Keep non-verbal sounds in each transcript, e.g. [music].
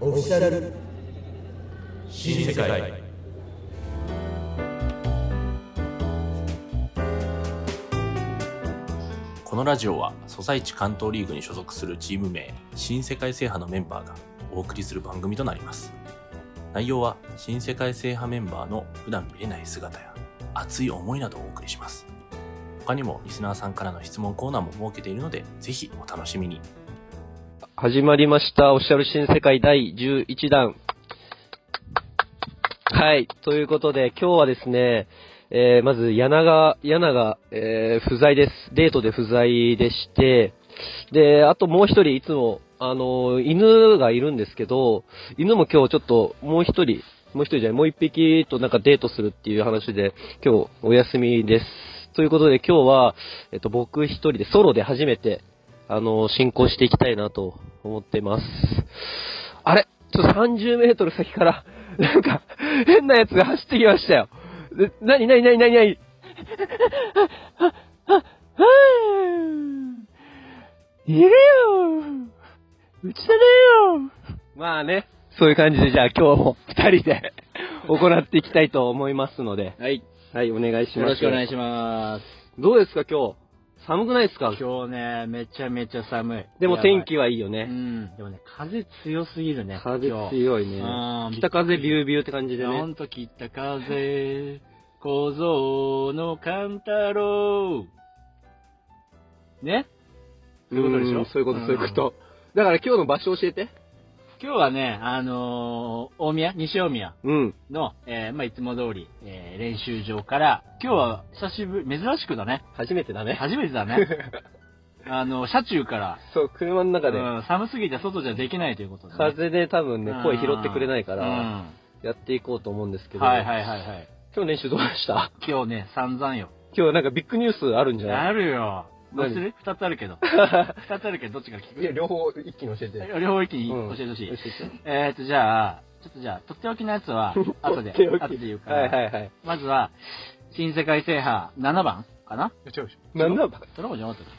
オフィシャル新世界このラジオはソサイチ関東リーグに所属するチーム名新世界制覇のメンバーがお送りする番組となります内容は新世界制覇メンバーの普段見れない姿や熱い思いなどをお送りします他にもリスナーさんからの質問コーナーも設けているのでぜひお楽しみに始まりました。オフィシャル新世界第11弾。はい。ということで、今日はですね、えー、まず、柳が、柳が、えー、不在です。デートで不在でして、で、あともう一人、いつも、あのー、犬がいるんですけど、犬も今日ちょっと、もう一人、もう一人じゃない、もう一匹となんかデートするっていう話で、今日お休みです。ということで、今日は、えっと、僕一人で、ソロで初めて、あの、進行していきたいなと思ってます。あれちょっと30メートル先から、 [laughs] なんか、変なやつが走ってきましたよ。でなになになになにな [laughs] にいるようちだよまあね、そういう感じで、じゃあ今日も二人 [laughs] で行っていきたいと思いますので。はい。はい、お願いします。よろしくお願いいします。どうですか今日寒くないですか今日ね、めちゃめちゃ寒い。でもやばい天気はいいようね。ん。でもね、風強すぎるね。風今日強いね。うん北風ビュービューって感じでいやほね。んと北風、小僧の勘太郎。ねそういうことでしょんそういうこと、そういうこと。だから今日の場所教えて。今日はね、あのー大宮、西大宮うん。の、えーまあいつも通り、えー練習場から、今日は久しぶり、珍しくだね。初めてだね。初めて [laughs] だね。あの、車中から、そう、車の中で。うん寒すぎて外じゃできないということで、ね。風で多分ね、声拾ってくれないかうら、んやっていこうと思うんですけど、はいはいはいはい。今日練習どうでした今日ね、散々よ。今日なんかビッグニュースあるんじゃ [laughs] ないあるよ。どうする二つあるけど。二つあるけど、どっちから聞く両方一気に教えて。両方一気にうん教えてほしい。教えて、えーと、じゃあ、ちょっとじゃあ、とっておきのやつは後で [laughs] とってお、き後で言うから。はいはいはい。まずは、新世界制覇7番かな7番それもじゃなかったっ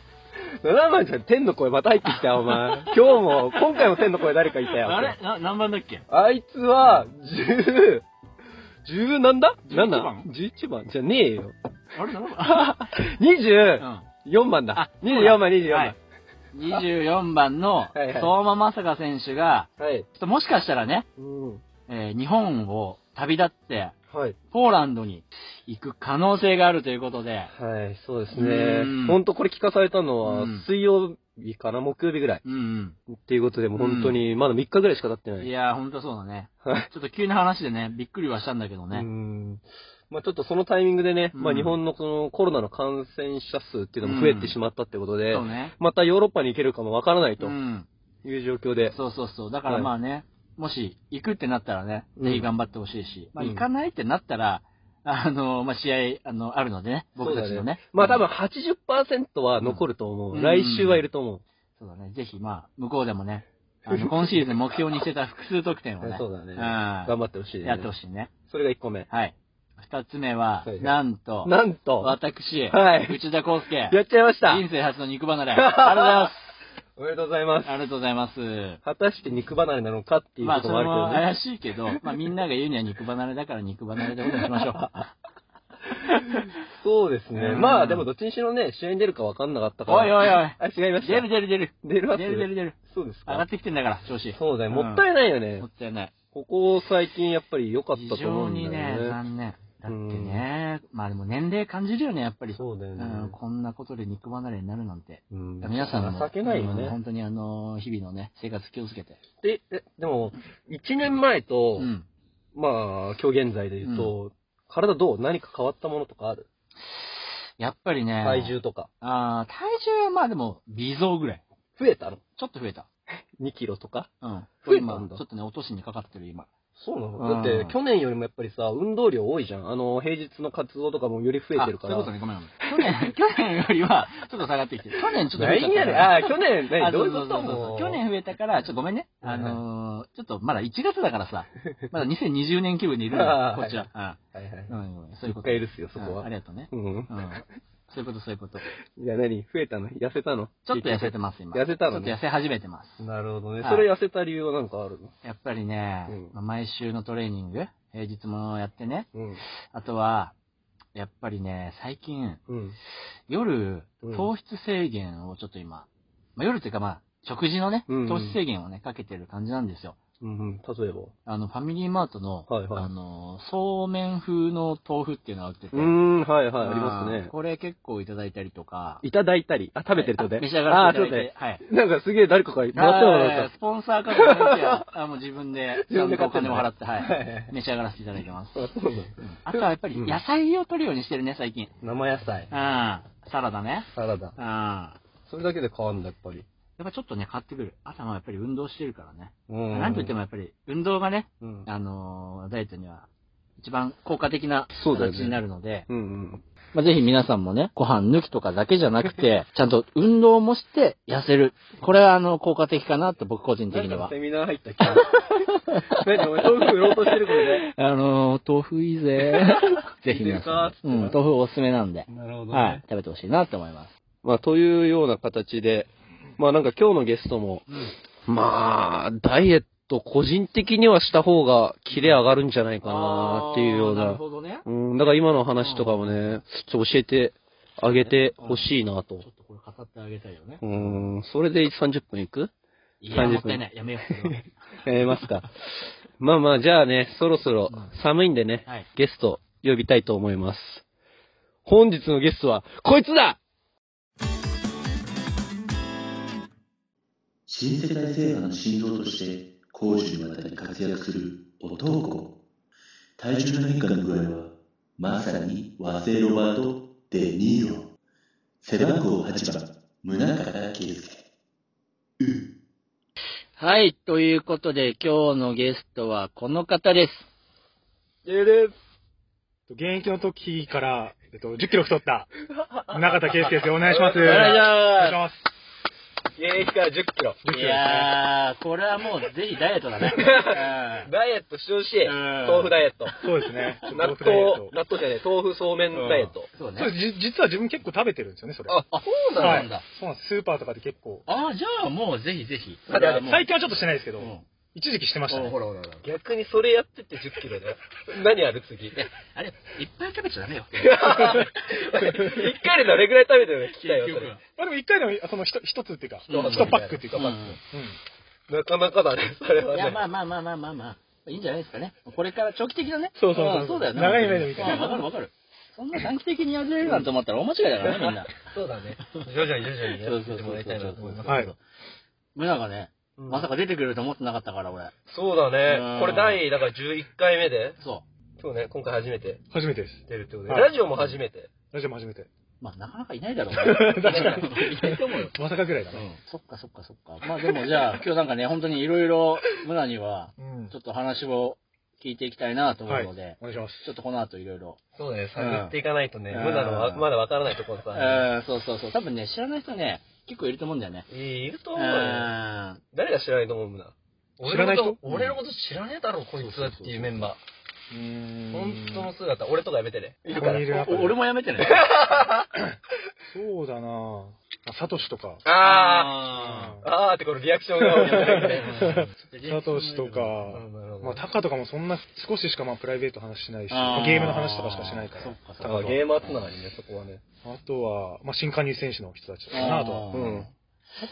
?7 番じゃん、天の声また入ってきたよ、お前。今日も、今回も天の声誰かいたけよ。あれな何番だっけあいつは、10、10なんだ11 ?7 番 ?11 番じゃねえよ。あれ ?7 [laughs] 番うん。 24番だ。24番、24番。はい、24番の [laughs] はいはい相馬正香選手が、はい。ちょっともしかしたらね、うん。えー日本を旅立って、はい。ポーランドに行く可能性があるということで、はい、そうですうね。んほんとこれ聞かされたのはうん、水曜日かな、木曜日ぐらい。うんっていうことで、もう本当に、まだ3日ぐらいしか経ってなうん。いい。やー、ほんとそうだね。はい。ちょっと急な話でね、びっくりはしたんだけどうね。ん。まあちょっとそのタイミングでね、うんまあ日本のこのコロナの感染者数っていうのも増えてしまったってことでそう、ね。またヨーロッパに行けるかもわからないうとん。いう状況で。そうそうそう。だからまあね、もし行くってなったらね、うんぜひ頑張ってほしいし、まあうん行かないってなったら、あのーまあ試合、あの、あるのでね、僕たそうちだのね。ねまあ多分80%は残ると思うう。ん来週はいると思う。そうだね。ぜひ、まあ、向こうでもね、あ [laughs] の、今シーズン目標にしてた複数得点をね、そうだね。ん頑張ってほしいね。やってほい。しいね。それが1個目。はい。二つ目ははい、なんと、なんと、私、はい内田康介、やっちゃいました。人生初の肉離れ、ありがとうござい [laughs] まおめでとうございますす。。ありがとうございます。果たして肉離れなのかっていうまこあ、とそもあれるもけどね。怪しいけど、 [laughs] まあ、みんなが言うには肉離れだから肉離れでことにしましょう。そうですね。うんまあでもどっちにしろね、試合に出るか分かんなかったから。 [laughs] おいおいおいあ、違いました。出る出る出る。出るわ出る出る出る。そうです上がっか。てきてんだから、調子。そうだよ。んもったいないよねも。ったいない。ここ最近やっぱり良かった非と思常うんだによね、ね。残念。だってね、まあでも年齢感じるよね、やっぱり。そうだよね。うん、こんなことで肉離れになるなんて。うん皆さんも、情けないようんね。本当にあの、日々のね、生活気をつけて。で、えでも、1年前うと、ん。まあ、今日現在で言うと、体どう何か変わったものとかあるやっぱりね、体重とか。ああ、体重はまあでも、微増ぐらい。増えたのちょっと増えた。 ?2 キロとかうん。増えたんだ今、ちょっとね、落としにかかってる今。そうなうのだんって、去年よりもやっぱりさ、運動量多いじゃん。あの、平日の活動とかもより増えてるから。あそういうことね、ごめんごめん。去年、去年よりは、ちょっと下がってき [laughs] てる。去年ちょっと増えちゃ何っやたねんから。あー、去年、ね、あどういうこそそとそそもう、去年増えたから、ちょっとごめんね。あのー、ちょっとまだ1月だからさ、まだ2020年気分にいるんだよこっちは。はいはいうん。うん、そういう一こと。回ですよ、そこうんあは。りがとうね。うんうん。そうそういうこと、そう [laughs] いうこと。いや、何増えたの痩せたのちょっと痩せてます、今。痩せたのねちょっと痩せ始めてます。なるほどね。はいそれ痩せた理由はなんかあるのやっぱりね、うんまあ毎週のトレーニング、平日もやってね。うん。あとは、やっぱりね、最近、うん。夜うん、糖質制限をちょっと今、まあ、夜っていうかまあ、食事のね、うんうん糖質制限をね、かけてる感じなんですよ。うんうん。例えば。あの、ファミリーマートの、はいはいあの、そうめん風の豆腐っていうのが売ってて。うーん、はいはい、まありますね。これ結構いただいたりとか。いただいたり。あ、食べてるってことで。あ召し上がっていただいあて。はい。ー、ちょっと待って。なんかすげえ誰かからもらったようなはいスポンサーかと思いきや、あもう自分で、ちゃんとお金も払って、ははいはいい。召し上がらせていただいてます。あ、そうなんだ。うんあとはやっぱり野菜を取るようにしてるね、最近。生野菜うん。。サラダね。サラダ。うん。やそれだけで変わるんだ、やっぱり。っぱちょっとね、変わってくる。朝はやっぱり運動してるからね。うんなんといってもやっぱり、運動がね、うん。あのーダイエットには、一番効果的なそうだよね形になるので、うんうん。まあ、ぜひ皆さんもね、ご飯抜きとかだけじゃなくて、ちゃんと運動もして痩せる。これはあの、効果的かなと僕個人的には。ミナー入った気が何お前、豆腐売ろうとしてるこれね。あのー、豆腐いい [laughs] ぜ。ぜひいい皆さん。ぜかーっつってう、なん豆腐おすすめなんで。 [laughs] なるほどね。はい、食べてほしいなって思います。まあ、というような形で、まあなんか今日のゲストも、まあ、ダイエット個人的にはした方がキレ上がるんじゃないかなっていうような。ほどね。うん、だから今の話とかもね、ちょっと教えてあげてほしいなと。とこれ語ってあげたいよねう。ん、それで30分いくい30や、分もったいない。やめようそれは。やめますか。まあまあ、じゃあね、そろそろ寒いんでね、はい。ゲスト呼びたいと思います。本日のゲストは、こいつだ新世代制覇の新郎として攻守にわたり活躍する男体重の変化の具合はまさに和製ロバート・デ・ニーロ背番号8番宗像圭介はい、ということで今日のゲストはこの方です。えです。現役の時から、えっと、10キロ太った、中田圭介です。お願いします。お願いします。現役から10キロ。 10キロですいね。やー、これはもうぜひダイエットだね。ダイエットしてほしい。うん豆腐ダイエット。そうですね。納ちょっと僕ダイエッ豆ト、納豆じゃねえ、豆腐そうめんダイエット。そうそうね。ですじ実は自分結構食べてるんですよね、それ。あ、あ、そうはないんだ。そうなんです。スーパーとかで結構。あ、じゃあもうぜひぜひ。だってあれもう最近はちょっとしてないですけうど、ん一時期してましたおほらね。ほらほら。逆にそれやってって10キロだよ。何ある次。 [laughs] 一あれ、いっぱい食べちゃダメよ。回でどれぐらい食べてるの聞きたいよ、それ。まあでも一回でも、その一一つっていうか、うん一パックっていうか、ううんん。なかなかだね、それはいね。や、まあまあまあまあまあまあ。いいんじゃないですかね。これから長期的なね。そうそうそうあそうだよね。長い目で見てねうんわかるわかる。そんな短期的にやれるなんて思ったら大間違いだからね、みんな。そうだね。徐々に徐々にそうやっそうてそもうらいたいなと思います。はい村がね、うんまさか出てくれると思ってなかったから、俺。そうだうねん。これ第、だから11回目で、そそうね、今回初めて初めてです。出るってことで、はいラジオも初めて。ラジオも初めて。う。まあ、なかなかいないだろうね。 [laughs] 確かに。いないと思うよ。まさかぐらいだうね。ん。そっかそっかそっか。まあでもじゃあ、今日なんかね、本当にいろいろ村には、うんちょ。っと話を聞いていきたいなと思うので、お願いします。ちょっとこの後いろいろ。そうだね、探っていかないとね、うん無駄のわまだわからないところうさ、ん、そうそうそう。多分ね、知らない人ね、結構いると思うんだよね。いるとう思うよ。ん。誰が知らないと思う無駄。知らない人俺のこと俺のこと知らねえだろ、こいつはっていうメンバうーー。ん本当の姿、俺とかやめてね。ここにいる中でお俺もやめ [laughs] てね。そうだなぁ。あサトシとか。ああー、あーってこのリアクションが俺の中で。サトシとうかん、なるほどまあ、タカとかもそんな少ししかまあプライベート話しないし、あーゲームの話とかしかしないからそっかそっだかからゲーマーつながりね、そこはね。あとは、まあ、新加入選手の人たちとかなあとはあーうんあ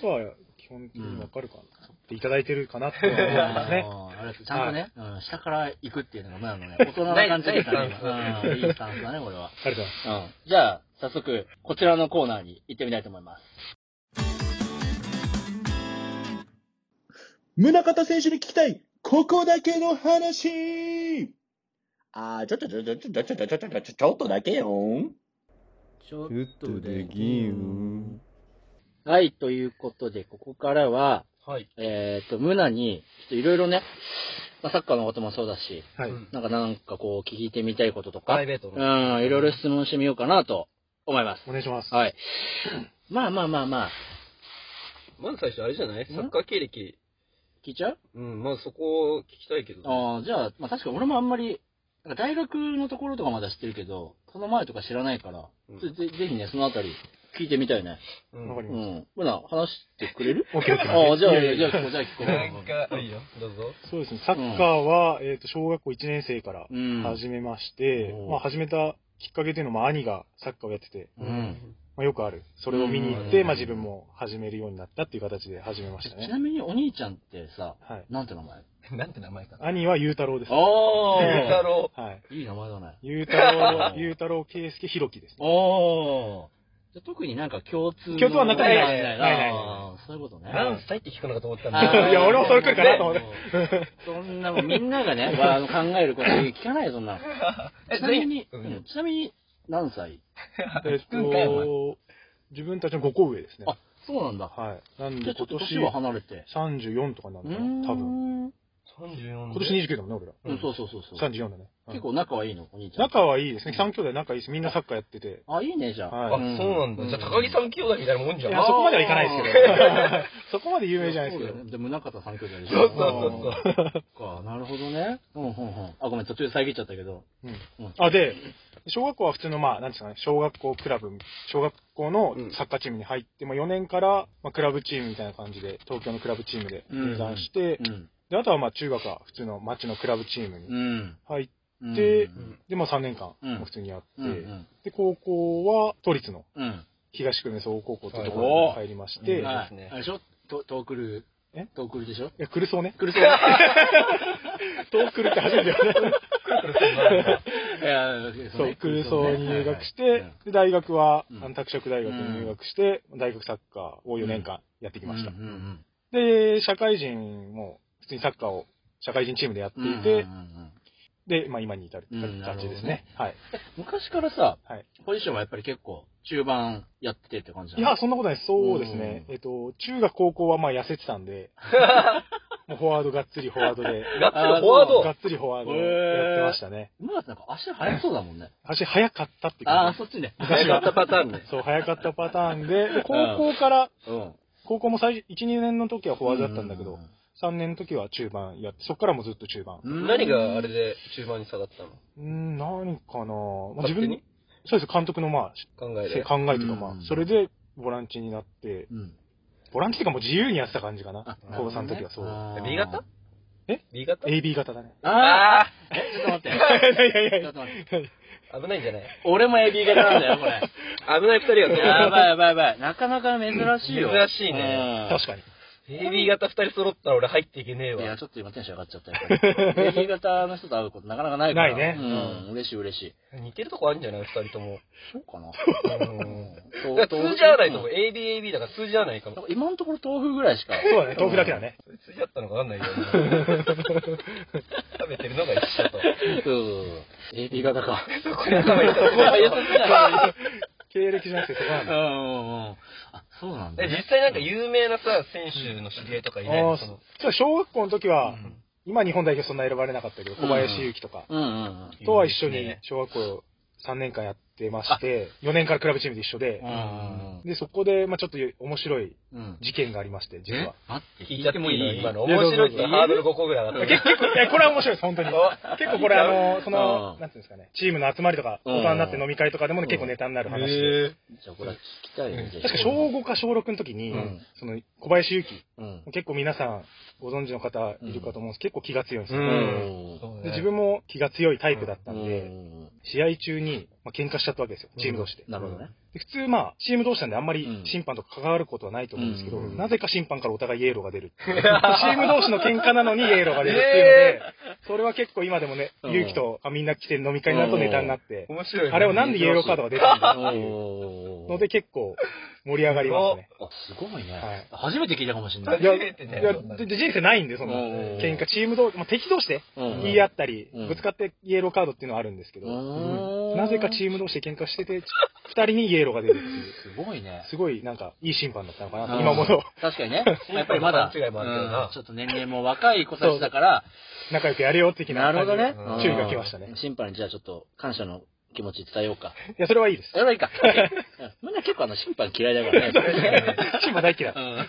とは基本的にわかるかなっていただいてるかなって思いますねあーあれちゃんとね、うん下から行くっていうのが、まあのね、大人な感じでしたね。うんいいスタンスだね、これは。ありがとうございまうんじゃあ、早速、こちらのコーナーに行ってみたいと思います。宗像選手に聞きたい、ここだけの話あー、ちょっとちょっとちょっとちょっとちょっとちょっとちょっとだけよちょちょっとできん。はい、ということで、ここからは、はい。えっ、と、ムナに、いろいろね、まあ、サッカーのこともそうだし、す。はい。ううんんなんかなんかこう、聞いてみたいこととプか、ラうイん、ベートの。いろいろ質問してみようかなと思います。お願いします。はい。まあまあまあまあ、まず最初あれじゃないんサッカー経歴。聞いちゃううん、まずそこを聞きたいけどね。ああ、じゃあ、まあ確かに俺もあんまり、なんか大学のところとかまだ知ってるけど、その前とか知らないから、うんぜぜぜひね、そのあたり聞いてみたいね。わかりうまん。ほな、話してくれ [laughs] るオッケーオッケーああ、じゃあ、いじゃやあ聞いやこう、じゃあ聞こう。なんか、いいよ、どうぞ。す。そうですね。サッカーは、えっと、小学校1年生からうん。始めましてう、んまあ、始めたきっかけというのも兄がサッカーをやってて、うん。まあ、よくある。それを見に行って、うんまあ、自分も始めるようになったっていう形で始めましたちね。なみにお兄ちゃんってさ、はい。なんて名前 [laughs] なんて名前かな。兄はゆうたろうです。はお太ー郎。い。いい名前だね。ゆうたろう、ゆうたろう圭介ひろきですね。おーじゃあ特になんか共通の共通はなくないないないないないあーそういうことね。何歳って聞くのかと思ったんだけどあーいや俺もそれ来るかなと思ってねそんなもんみんながね、わあの考えること聞かないよ、そんなの。えちなみに、ううんんちなみに何歳えっ聞くんかいおと、自分たちの5個上ですね。あそうなんだ。はい。なんじゃであちょ今っと年は年離れて。 34とかになるのかな多分。分。 34今年29だもんね、俺ら。うん、そうそうそうそう。 34だね。うん結構仲はいいの、お兄ちゃん。仲はいいですね。3兄弟仲いいです。みんなサッカーやってて。あ、いいね、じゃあ。はいあ、そうなんだ。じゃあ、高木さん兄弟みたいなもんじゃいん。や、そこまではいかないですけど。 [laughs] そこまで有名じゃないですけそうだどよ。ねでも、中田さん兄弟でしそょう。そうそうそう。そうか、なるほどね。うん、うん、うん。あ、ごめん、途中で遮っちゃったけど。うんあ、で、小学校は普通の、まあ、なんですかね、小学校クラブ、小学校のサッカーチームに入って、まあ4年から、まあ、クラブチームみたいな感じで、東京のクラブチームで入団して、うん。で、あとはまあ中学は普通の町のクラブチームうにん。入っうて、んでうんで、まあ3年間、うんもう普通にやって、うん。で、高校は都立のうん。東久留米総合高校というところに入りましうて、んはですいね。あれでしょトトークルー。えトークルーでしょいや、クルソーね。クルソー。東クルって初めて言われた。いやそう、クルソーに入学しはいはいてはい、で、大学は、うんあの拓殖大学に入学して、大学サッカーを4年間やってきうんうまんした。うんで、社会人も、普通にサッカーを社会人チームでやってうんいてうんう、んで、まあ今に至るってうんなるほど形ねですね。はい。昔からさはい、ポジションはやっぱり結構、中盤やっててって感じいなのや、そんなことないです。そうですね。うんえっと、中学、高校はまあ痩せてたんで、もうフォワードがっつりフォワードで、ガッツリフォワーがド。っつりフォワードやってましたね。今だってなんか足速そうだもん [laughs] ね。私、早かったってああー、感じ。そっ [laughs] ちね。昔はったパターンね。そう、早かったパターンで、で高校から、うん。高校も最初、1、2年の時はフォワードだったんだけうど、3年の時は中盤やって、そっからもずっと中盤。うん何があれで中盤に下がったのうん、何かなまあ自勝手分に、そうです、監督のまあ、考えせで。考えというか、まあうん、それでボランチになって、うん。ボランチというかもう自由にやってた感じかなあ、高3の時はそう。あー B 型え ?B 型 AB 型だね。ああえ、ちょっと待って。いやいやいちょやっと待って。危ないんじゃない俺も AB 型なんだよ、これ。危ない二人がやばいやばいやばい。なかなか珍しいよ。珍しいねね確かに。 AB 型二人揃ったら俺入っていけねえいや、わ。ちょっと今テンション上がっちゃったよ。やっぱり AB 型の人と会うことなかなかないから。ないねうん、嬉しい嬉しい。似てるとこあるんじゃない二人とも。そうかな。うんそだから数字合わないと思う。う ABAB だから数字合わないかも。ん今のところ豆腐ぐらいしか。そうだね、豆腐だけだね。数字合ったのかわかん [laughs] ないけど。食べてるのが一緒と。うん。AB 型か。そこに頭いったそこは言ってない経歴じゃなくて、そこなんうだ。んうんうん。あ、そうなん [laughs] だえね。実際なんか有名なさ、選手の知り合いとかいないあのあ、そのそう小学校の時うは、ん今日本代表そんな選ばれなかったけど、小林祐希とか、うんうんうん。とは一緒にね小学校3年間やってまして、4年からクラブチームで一緒でう、んで、そこで、まあちょっと面白いうんうん。事件がありまして、実えは。待って、聞聞いいちゃっててももいいいい今のいやど面うぞ白いってハードル5個ぐらい上がった。結局、いやこれは面白いです、本当に。結構これ、あの、そのう、んなんていうんですかね、チームの集まりとか、うん大人になって飲み会とかでもね結構ネタになる話で。へじゃあこれは聞きたいね。じゃあ確か小5か小6の時にうん、その、小林祐希、うん。結構皆さんご存知の方いるかと思うんです結構気が強いんですうよ。んうで自分も気が強いタイプだったんうで、ん試合中に、まあ、喧嘩しちゃったわけですよ、チーム同士で。なるほどね。で普通、まあ、チーム同士なんであんまうりん審判と関わることはないと思うんですけど、うんなぜか審判からお互いイエローが出る。チーム同士の喧嘩なのにイエローが出るっていうので、それは結構今でもね、うん勇気とみんな来て飲み会になるとネタになって、面白いね。あれをなんでイエローカードが出たんだっていうお [laughs] ので結構盛り上がりますね。あ、すごいはねい。初めて聞いたかもしれない初。めてねいや、でで人生ないんで、そんなうん喧嘩、チーム同士、まあ、敵同士でうん言い合ったりうん、ぶつかってイエローカードっていうのはあるんですけど、うんなぜかチーム同士で喧嘩してて、二人にイエローが出るっていう。すごいね。すごい、なんか、いい審判だったのかなと、今もの、確かにね。やっぱりまだ、勘違いもあるけどなうんちょっと年齢も若い子たちだから、仲良くやれよ、的ななる感ほじどでね。うん注意が来ましたねうん審判にじゃあちょっと感謝の気持ち伝えようか。いや、それはいいですそ。れはいいか。うんみんな結構あの、審判嫌いだからね。チームは大嫌い。うん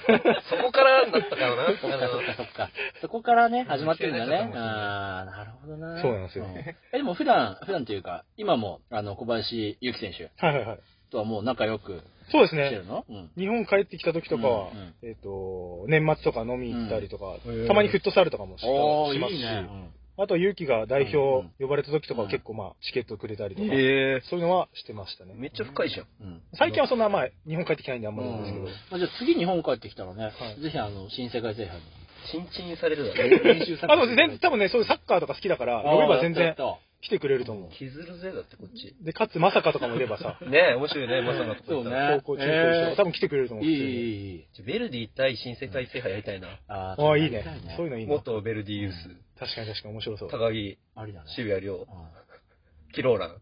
そこからだったから [laughs] な。そっかあそのっかそっか。そこからね、始まってるんだうんね。ああ、なるほどな。そうなんですよんえ、でも普段、普段というか、今も、あの、小林祐希選手はいはいはい。とはもう仲良くそうでしすてね。るのうん。日本帰ってきた時とかは、うんうんえっ、と、年末とか飲み行ったりとか、うんたまにフットサルとかもしたおー、しますし、いいね。うんあと、勇気が代うんう表ん呼ばれた時とかうはん結構まあ、チケットくれたりとか、へえ。そういうのはしてましたね。めっちゃ深いじゃん。うん。最近はそんなまあ、日本帰ってきてないんであんまりなんですけど、まあ、じゃあ次日本帰ってきたらね、いぜひあの、新世界制覇に。チンチンされるだろ。 [laughs] 練習あ、でも全然、多分ね、そういうサッカーとか好きだから、呼べば全然来てくれると思削るぜ、だってこっち。う。で、かつ、まさかとかもいればさ、ねえ、面白いね、まさかとか言ったら。 [laughs] ね高校中高一とえーか、多分来てくれると思う。いい、普通にいい、いい。じゃあベルディ対新世界制覇やりたいな。あああ、いいね。そういうのいいね。元ベルディユース、確かに確かに面白そう。高木、ありだね。渋谷亮う、んキローラン。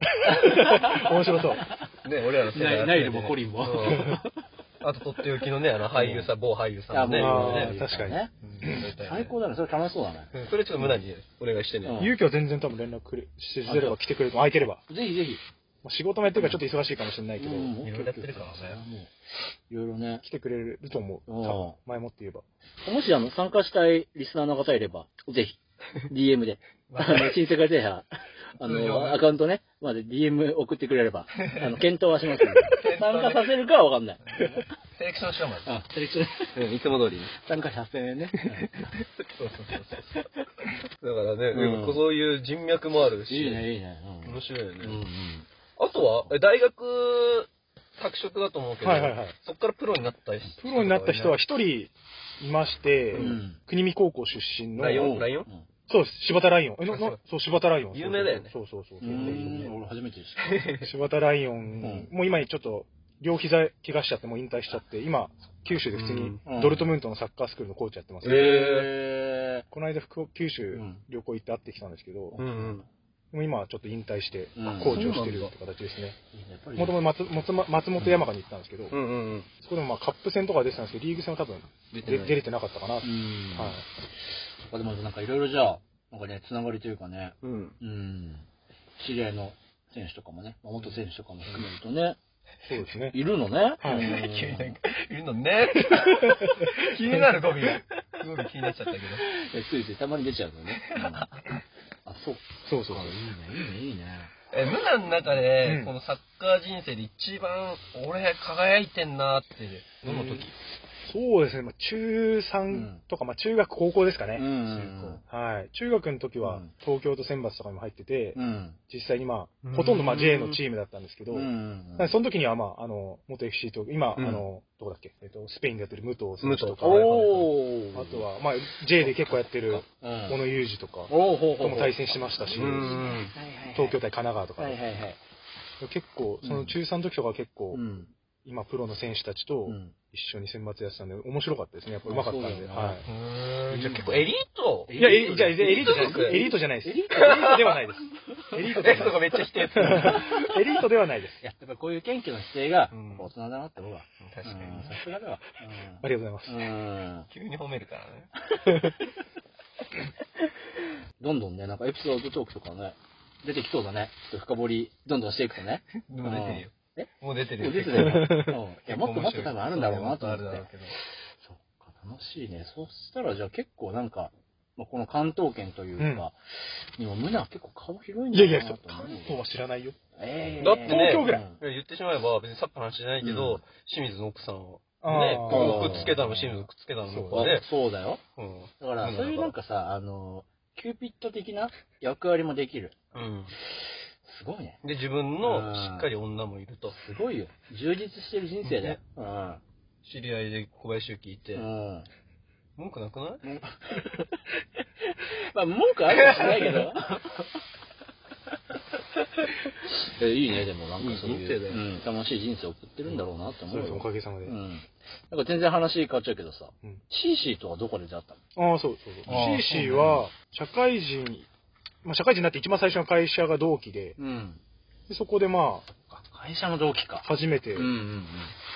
[laughs] 面白そう。ね、俺らの世代集めてナイルもコリンもうんあと、とっておきのね、あの、俳優さん、某俳優さんもねいやもうあいーるよね確かに。ねやりたいね最高だね。それ楽しそうだね。うんそれちょっと無駄にお願いしてね。うん勇気は全然多分連絡くれ、してれば来てくれると、空いてれば。ぜひぜひ。まあ仕事もやってるからちょっと忙しいかもしれないけど、いろいろやってるからね。いろいろね。来てくれると思う。うん多分前もって言えば。もし、あの、参加したいリスナーの方いれば、ぜひ、DM [laughs] で、あの新世界制覇、通常あね。の、アカウントね、まで DM 送ってくれれば、あの、検討はし [laughs] ますんで参加させるかはわかんない。セレクションしよう、まずあ、セレクション、うん、いつも通り。参加者0 0ね。そうそうそうそう。だからね、うんうんそういう人脈もあるし、いいね、いいね。面白いよね。うん。うんうん。あとは、え大学、拓殖だと思うけど、はいはいはいそっからプロになった人とかプねロになった人は、一人いまして、ん国見高校出身の、ライオンうんライオンそうです、柴田ライオン。え、なあそうなそう、柴田ライオン。有名だよねそうそうそううそうそうそうそうーん、俺初めてです。柴田ライオン、もう今ちょっと、両膝怪我しちゃって、もう引退しちゃって、今、九州で普通にうんドルトムントのサッカースクールのコーチやってます。えこの間、福岡九州うん旅行行って会ってきたんですけど、うもんうん。う今はちょっと引退してうん、コーチをしてるって形ですね。ー。いいねやっぱりねもともと松松松本山鹿に行ったんですけうど、んうんうん。そこでもまあカップ戦とかは出てたんですけど、リーグ戦は多分出て出ない出れてなかったかな、うん。はい。そっかでもなんかいろいろじゃあ、なんかね、つながりというかね、うん。うん。知り合いの選手とかもね、まあ元選手とかも含めるとね、そうですね。いるのね。はういん急になんか、いるの [laughs] ね。気になるゴミが。すごい気になっちゃったけど。えついついたまに出ちゃうのね。うんあ、そっか。そうそうそう。いいね、いいね、いいね。え、無難の中で、うんこのサッカー人生で一番、俺、輝いてんなって、どの時そうですね、まあ、中ん3とか、まあ、中学、高校ですかうね。ん。はい。中学の時うはん東京都選抜とかにも入ってて、うん。実際にまうんあ、ほとんどまあ J のチームだったんですけど、うだんからその時にはまあ、あの、元 FC と、今、うんあの、どこだっけ、えっと、スペインでやってる武藤選手とか、武藤おー。あと、は、まあ、J で結構やってるうん。小野裕二とか、おー、ほうほうとほもう。対戦しましたし、うん。東京対神奈川とかはいはいで、はい。結構、その中3の時とかは結構う、ん。今、プロの選手たちとうん一緒に選抜やってたんで、面白かったですね。やっぱ上手かったんあそうだで。よねはうん。じゃあ結構エリートい。いや、えじゃあ、エリートじゃないエリートですエリートじゃないです。エリートではないです。エリートでえ、はそなこいめっちゃ否定する。 [laughs] です。エリートではないです。いや、やっぱこういう謙虚な姿勢がうん、大人だなって思うわ。確かうんに。さすがだわ。ありがとうございます。うん。うん。急に褒めるからね。どんどんね、なんかエピソードトークとかね、出てきそうだね。ちょっと深掘り、どんどんしていくとね。もう出てるよ。えもう [laughs] 出てるよ。もう出てたよね。うん。 [laughs] いや、結構もっとも面っと白い多分あるんだろうなと思っそうだよてね。けどそっか、楽しいね。そしたら、じゃあ結構なんか、まあ、この関東圏というか、にもムナは結構顔広いんいだやろいうや、なそうと思関う。東は知らないよ。ええだってね、東京ぐらいうん言ってしまえば、別にサッカーの話じゃないけど、うん清水の奥さんを、あね、ーこうくっつけたのも清水をくっつけたのそもうこうあね。そうだよ。うん。だから、そういうなんかさ、あの、キューピッド的な役割もできる。うん。すごいね。で、自分のしっかり女もいると。すごいよ。充実してる人生だよ。うん。知り合いで小林幸いうて、ん。文句なくないまあ、文句あるかもしれないけど。 [laughs] えいいね、でもなんかそういういい人生だようん、楽しい人生送ってるんだろうなって思そううです、およ。かげさまでう。ん。なんか全然話変わっちゃうけどさ、うんシーシーとはどこで出会ったのああ、そうそうそう。あー CC は、社会人、まあ、社会人になって一番最初の会社が同期で、うん。でそこでまあ、会社の同期か。初めて、うんうまん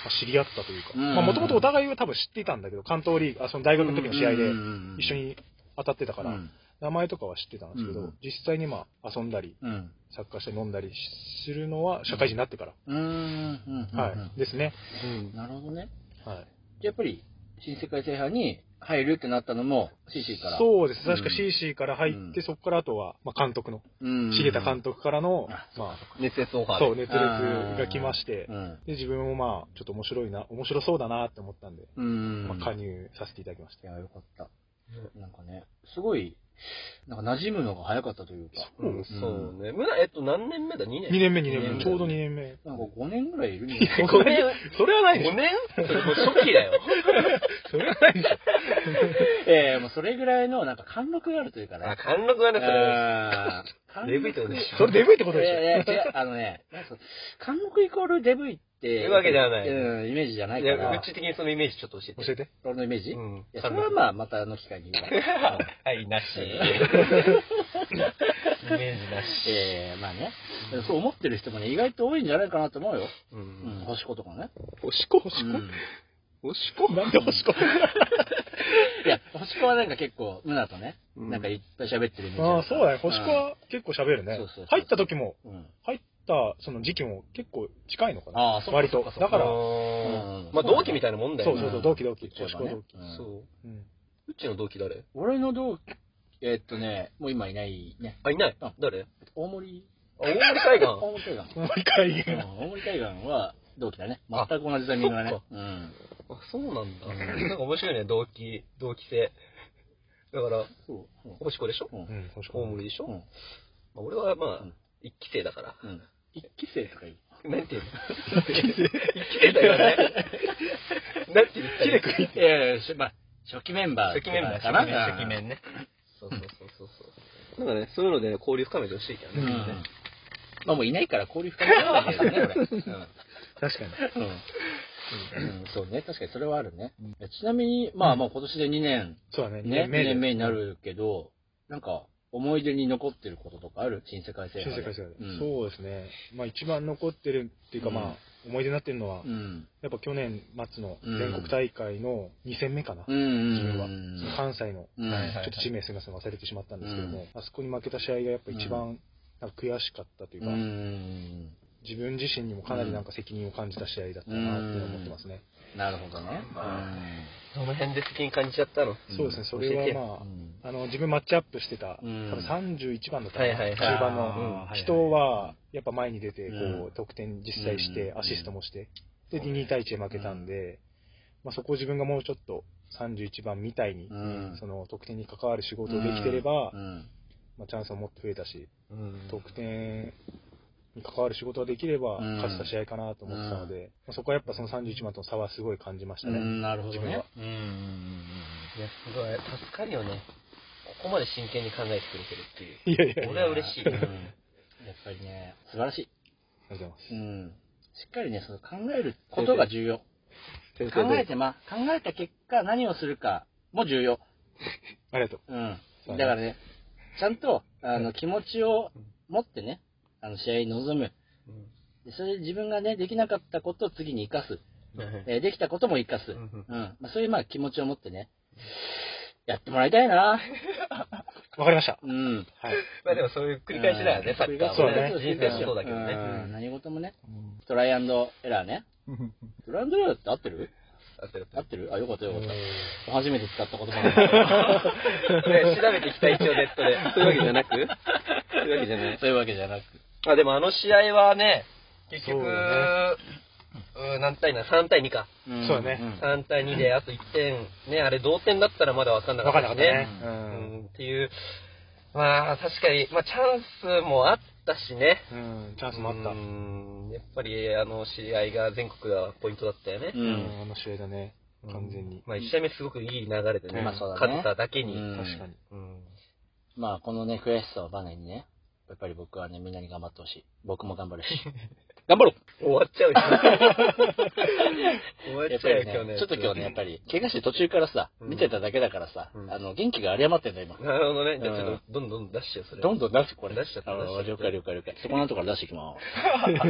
あ知り合ったというか、うんまあ、もともとお互いは多分知っていたんだけど、関東リーグ、あ、その大学の時の試合でうんうんうんうん一緒に当たってたから、名前とかは知ってたんですけど、うん実際にまあ遊んだり、うん。サッカーして飲んだりするのは社会人になってから、うーん。うんうん。はい、うですね。んなるほどね。はい、やっぱり、新世界制覇に入るってなったのも、CC から。う。そうです。確うかん CC から入って、うんそこからあとは、まあ、監督の、うん。重田監督からの、あま熱烈オファあ、ーそう、で。熱烈が来まして、うん。で、自分もまあ、ちょっと面白いな、面白そうだなって思ったんで、うん。まあ、加入させていただきましいた。や、よかった。なんかね、すごい、なんか馴染むのが早かったというか、うんそうね。むな、えっと、何年目だ ?2 年2年目、2年うん目、ちょうど2年目。なんか5年ぐらいいるんじゃない5年、それはないでし5年それもう初期だ [laughs] よ。ょ。それはないでしょ。ええもうそれぐらいの、なんか貫禄があるというかねあ、。貫禄だね、それ。あ [laughs] ー貫禄デブイってことでしょ。それデブイってこといでしやょ。いや、違う、あのね、なんかそう貫禄イコールデブイって、いうわけではないうん、イメージじゃないいかや、らう、ち的にそのイメージちょっと教えて。教えて。 [laughs] 俺のイメージ、いうん。や、それはまあ、またあの機 [laughs] 会に言うわ。はい、なし。イメージなし。ええまあね、そう思ってる人もね、意外と多いんじゃないかなと思うよ。う。うんん、星子とかね。星子星う子ん星子なんで星子いや、星子はなんか結構、ムナとね、うんなんかいっぱい喋ってるみたいな。ああ、そうだね。星子は結構喋るねそうそうそう。入った時も、うん。入ったその時期も結構近いのかな。ああ、そう割と。だかだから、ら、んまあ、同期みたいなもんだそようね。そうそうう、ん同期同期。そう星だ子ね同期。うんそう。うんうちの同期誰俺の同期、えっとね、もう今いないね。あ、いないあ。誰あ、大森、大森海岸。 [laughs] 大森海岸。もう一回言うえんない大森海岸は同期だね。全く同じタイミングだそっねか。うん。あ、そうなんだ。なんか面白いね、同期、同期性。だから、そうそう。星子でしょうん、星大子。森でしょ、うんまあ、俺はまあうん、一期生だから。うん。一期生とかいい。なんていうの一期生だよね。 [laughs] なんて言ったらいいいやいや、しまあ、初期メンバー初と期か面だ、初かな。期面、初期面ね。そうそうそうそうそう。なんかね、そういうので、ね、交流深めてほしいけどうね。ん。まあもういないから交流深めたわけだね、これ。うん確かに。うんうんそうね、確かにそれはあるね。ちなみに、まあもう今年で2年、そうだね。ね、2年目でになるけど、なんか、思い出に残ってることとかある新世界制新覇世界で。世代うんそうですね。まあ一番残ってるっていうかまあ、思い出になってるのはう、ん。やっぱ去年末のうん全国大会の2戦目かな。うんうん自分うはん。関西の、うんちょっと地名すみません、忘れてしまったんですけどうも、あそこに負けた試合がやっぱ一番なんか悔しかったといううか、ん。自分自身にもかなりなんか責任を感じた試合だったなって思ってますね。なるほどね。どの辺で責任感じちゃったのそうですね、それはまあ、あの自分マッチアップしてた、多うん分31番だったかはいはいはいな、中盤のあー人は、やっぱ前に出て、うこんう、得点実際しうて、んアシストもして、で、2対1で負けたんで、まあそこを自分がもうちょっと31番みたいにう、ん。その得点に関わる仕事をできてればう、ん。まあチャンスをもっと増えたし、うん得点に関わる仕事ができれば、うん勝った試合かなと思ってたので、まあそこはやっぱその31番との差はすごい感じましたうね。ん、なるほどね。うん。いや、すごい。助かるよね。ここまで真剣に考えてくれてるっていう。いや [laughs] いや、ありが俺は嬉しい。うんやっぱりね、素晴らしい。とうございます。うん。しっかりね、その考えることが重要。考えてま、考えた結果何をするかも重要。ありがとう。うん。そだうからねね、ちゃんと、あの、気持ちを持ってね、あの、試合に臨む。でそれで自分がね、できなかったことを次に生かす。えーできたことも生かす。うん。まあ、そういう、まあ、気持ちを持ってね、やってもらいたいな。わかり [laughs] ました。うん。はい。まあでもそういう繰り返しだよね、サッカーそうはねね。人生もそうだけどね。うん何事もね、トライアンドエラーね。トライアンドエラーって合ってるあそう合だってるあ、よかったよかった。初めて使った言葉な [laughs] んだね調べてきた一応ネットで。そういうわけじゃなくそういうわけじゃない。そういうわけじゃなく。あ、でもあの試合はね、結局、そううーん何対何 ?3 対2か。んそうだねん3対2で、あと1点、ね、あれ同点だったらまだ分かんなかわっかたんなかしねったね。。うう。うんん、っていう、まあ確かに、まあチャンスもあったしね。うん。チャンスもあった。ううん。ん、やっぱりあの試合が全国がポイントだったよね。うん。あの試合だね。完全に。まあ1試合目すごくいい流れでね、まあそうだね勝っただけに。うん確かに。うんまあ、このね、悔しさをバネにね、やっぱり僕はね、みんなに頑張ってほしい。僕も頑 [laughs] 張るし。頑張ろう終わっちゃうよ。 [laughs] 終わやっっちぱゃうより、ね今日、ね。ちょっと今日ね、やっぱり、怪我して途中からさ、うん見てただけだからさ、うんあの、元気が有り余ってんだ、今。なるほどね。じゃあちょうっと、どんどん出しちゃう、それ。どんどん出す、これ。出しちゃったあの出しちゃった了解了解了解。そこのところから出していきま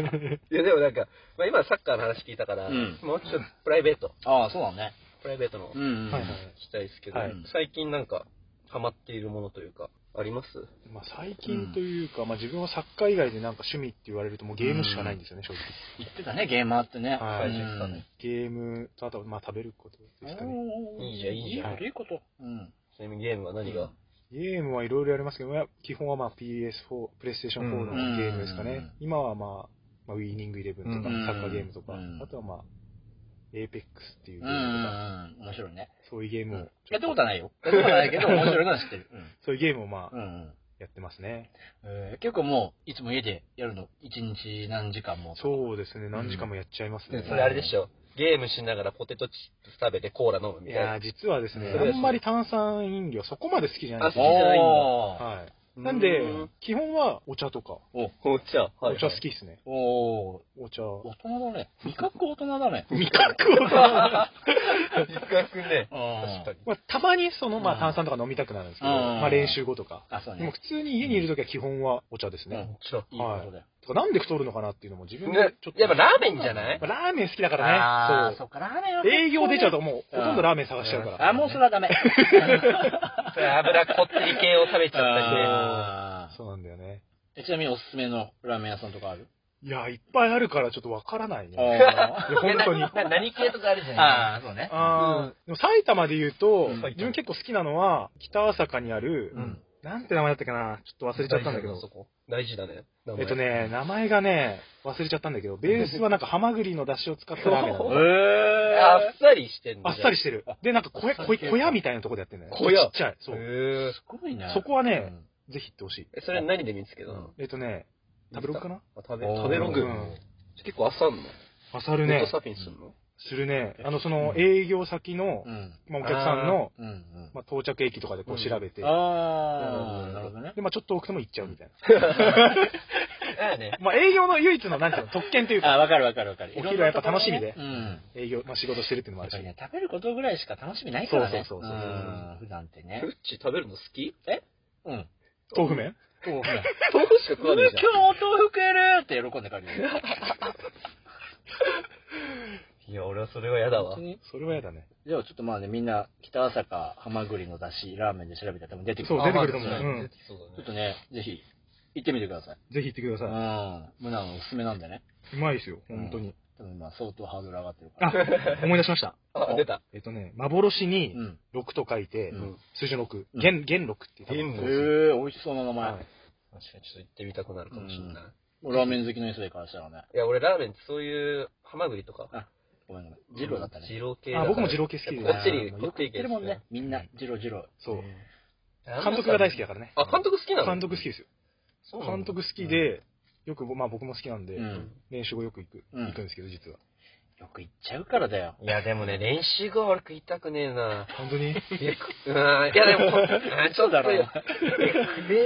す。いや、でもなんか、まあ、今サッカーの話聞いたから、うんもうちょっとプライベート、ああ、そうだね。プライベートのうん。はいはい。したいですけど、はい最近なんか、ハマっているものというか、ありますまあ、最近というか、まあ、自分はサッカー以外でなんか趣味って言われるともうゲームしかないんですよね、正直。言ってたね、ゲーマーってね。はいうん言ってたねゲームと、あと、まあ、食べることですかね。おーいいじゃんいいじゃんいいこと。うん。ちなみにゲームは何がゲームはいろいろやりますけど、まあ基本はまあ PS4、PlayStation4 のうんゲームですかね。うん今はまあ、まあ、ウィーニングイレブンとか、うんサッカーゲームとか、うんあとはまあ、エーペックスっていううんゲうームとか、んうん。面白いね。そういうゲームをちょやっっと、たことはないよ。やったことはないけ [laughs] ど、面白いのは知ってる。そういうゲームをうまん。あ、うんやってますね。えー結構もう、いつも家でやるの、一日何時間も。そうですね、何時間もやっちゃいますね。んいそやれあれしょ。ゲームしながらポテトチップ食べてコーラ飲むいやー、実はですね、うんあんまり炭酸飲料そこまで好きじゃないんですおよ。あーはい。なんでうん、基本はお茶とか、お茶。お茶好きですね。おーお茶。大人だね。味覚大人だね。味覚をさ、一角ね。うん確かに。 [laughs] まあ、たまにその、まうあ、ん炭酸とか飲みたくなるんですけど、うんまあ、練習後とか。あ、そうでもね普。通に家にいるときは基本はお茶ですうんね。ちょっいいことだよ。とかなんで太るのかなっていうのも自分ねでちょっ、と。やっぱラーメンじゃないまあラーメン好きだかあらあね。ー、そそっか、ラーメンはう。ね営業出ちゃうともう、うんほとんどラーメン探しちゃうから。あ、もうそれは [laughs] ダメ。それ脂こってり系を食べちゃったりね。あーそうなんだよね。えちなみにおすすめのラーメン屋さんとかあるいや、いっぱいあるからちょっとわからないね。いあや本当に。な何系とかあるじゃないあー、そうね。あーでも埼玉で言うと、うん自分結構好きなのは、北朝霞にある、うんなんて名前だったかな、ちょっと忘れちゃったんだけど、大事だね。えっとね、名前がね、忘れちゃったんだけど、ベースはなんかハマグリの出汁を使ったラーメンなの。えあっさりしてんのあっさりしてる。で、なんか小屋、小小屋みたいなとこでやってんだよね。小屋ちっちゃい。そへう。え。すごいね。そこはね、ぜひ行ってほしい。えそれ何で見つけたのえっとね、食べログかなあ食べ、おー食べログうん結構あさんのあさるネッねト、サーフィンするのするね。あの、そうのん営業先のう、ん。まあお客さんの、うん。うん。まあ到着駅とかでこう調べて、ああ、なるほどね。で、まあちょっと奥でも行っちゃうみたいな。 [laughs] ああね。まあ営業の唯一の、なんていうの、特権というか、あ、わかるわかるわかる。お昼はやっぱ楽しみでいろんなところねうん。営業、まあ仕事してるっていうのもあやっぱるしり。ね、食べることぐらいしか楽しみないからね。そうそうそうう。そうん普段ってねフ。ッチ食べるの好きうん。豆腐麺豆腐ね。豆腐しか食 [laughs] 今わ日ねえじゃん。お豆腐食えるって喜んで帰るよ。いや、俺はそれは嫌だわ。にそれはやだね。じゃあちょっとまあね、みんな、北朝霞ハマグリのだし、ラーメンで調べたら多分出てくる。そう出てくると思うあまあうん出てきそうちょっだとね。ね、ぜひ、行ってみてください。ぜひ行ってくだうさん。ムナのおすすめなんでね。い。うまいですよ、本当に。多分今、相当ハードル上がってるかあら。、思い出しました。あ、出た。えっとね、幻にうん。 6と書いて、うん数字の6。うん元、元6って多分元へ六え、美味しそうな名前。はい確かにちょっと行ってみたくなるかもしれない。もうラーメン好きの人でからしたらね。いや、俺ラーメンってそういう、ハマグリとか。ごめんごめん。ジローだったね。二郎系だあ、から。僕も二郎系好きやでっすぱこっちにあー食よってく言いっけてるもんね。。みんな、ジロージロー。そう。監監督が大好きだからね。あ、監督好きなの監督好きですよ。そうなんだ監督好きで、よく、まあ僕も好きなんで、うん。練習後よく行く、うん行くんですけど、実は。よく行っちゃうからだよ。いや、でもね、練習後は俺食いたくねえな。本当にいや、くうーんいやで [laughs] も、うんちょっとだろね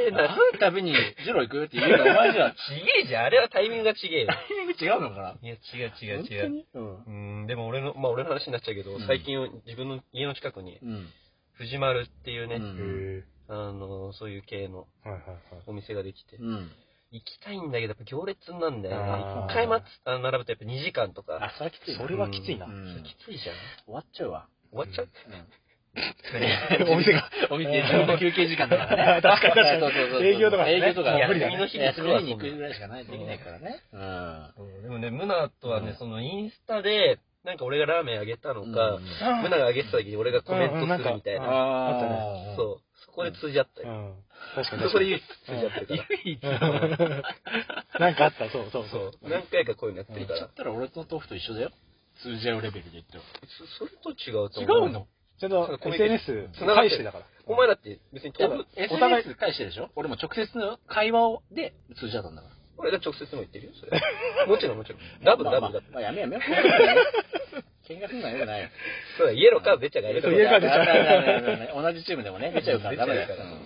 えな。会うたびに、ジロー行くって言うのお前じゃん。ちげえじゃん。あれはタイミングがちげえよ。タイミング違うのかないや、違う違う本違当う。にうんう。ーん、でも俺の、まあ俺の話になっちゃうけど、うん最近自分の家の近くに、うん。藤丸っていうね、うん。へあの、そういう系のえ。はいはいお店ができて、うん。行きたいんだけど、やっぱ行列なんだよあな。ー一回待つ、あ並ぶとやっぱ2時間とあか。、それはきついはい。な。それはきついな。ううんそれきついじゃん。終わっちゃうわ。終わっちゃう、 [laughs] お店が、お店、自分の休憩時間だからね。 [laughs] 確かに確かに。そうそうそう営業とかね営業とか、休みの日に休みの日にそ行んくなぐらいしかない、できないからね。うん。うんでもね、ムナとはね、うんそのインスタで、なんか俺がラーメンあげたのか、うんあームナがあげてた時に俺がコメントするみたいうな。んうんなんかあったーそう。そこで通じ合ったうよ。ん。確かにそこ確かでに。 [laughs] 唯一通じ合ってるから。なんかあった、そうそうそそうう。何回かこういうのやってるかだらっ。たら俺と豆腐と一緒だよ。通じ合うレベルで言っても。そそれと違うと違思う。うのちゃんと SNS つながってる返してだから。お前だって別に多豆分腐、、お互い返してるでしょ俺も直接の会話をで通じ合ったんだから。俺が直接も言ってるよ、それ。 [laughs] もちろんもちろん。ダブルダまブあルダブまあル。まあやめやめよ。 [laughs] 喧嘩するのはよくないよ。そうだ、イエローかベチャがいるかそら。うイエローか出ちゃうダメダメダメダメ同じチームでもね、出ちゃうからダメだよ出ちゃうから。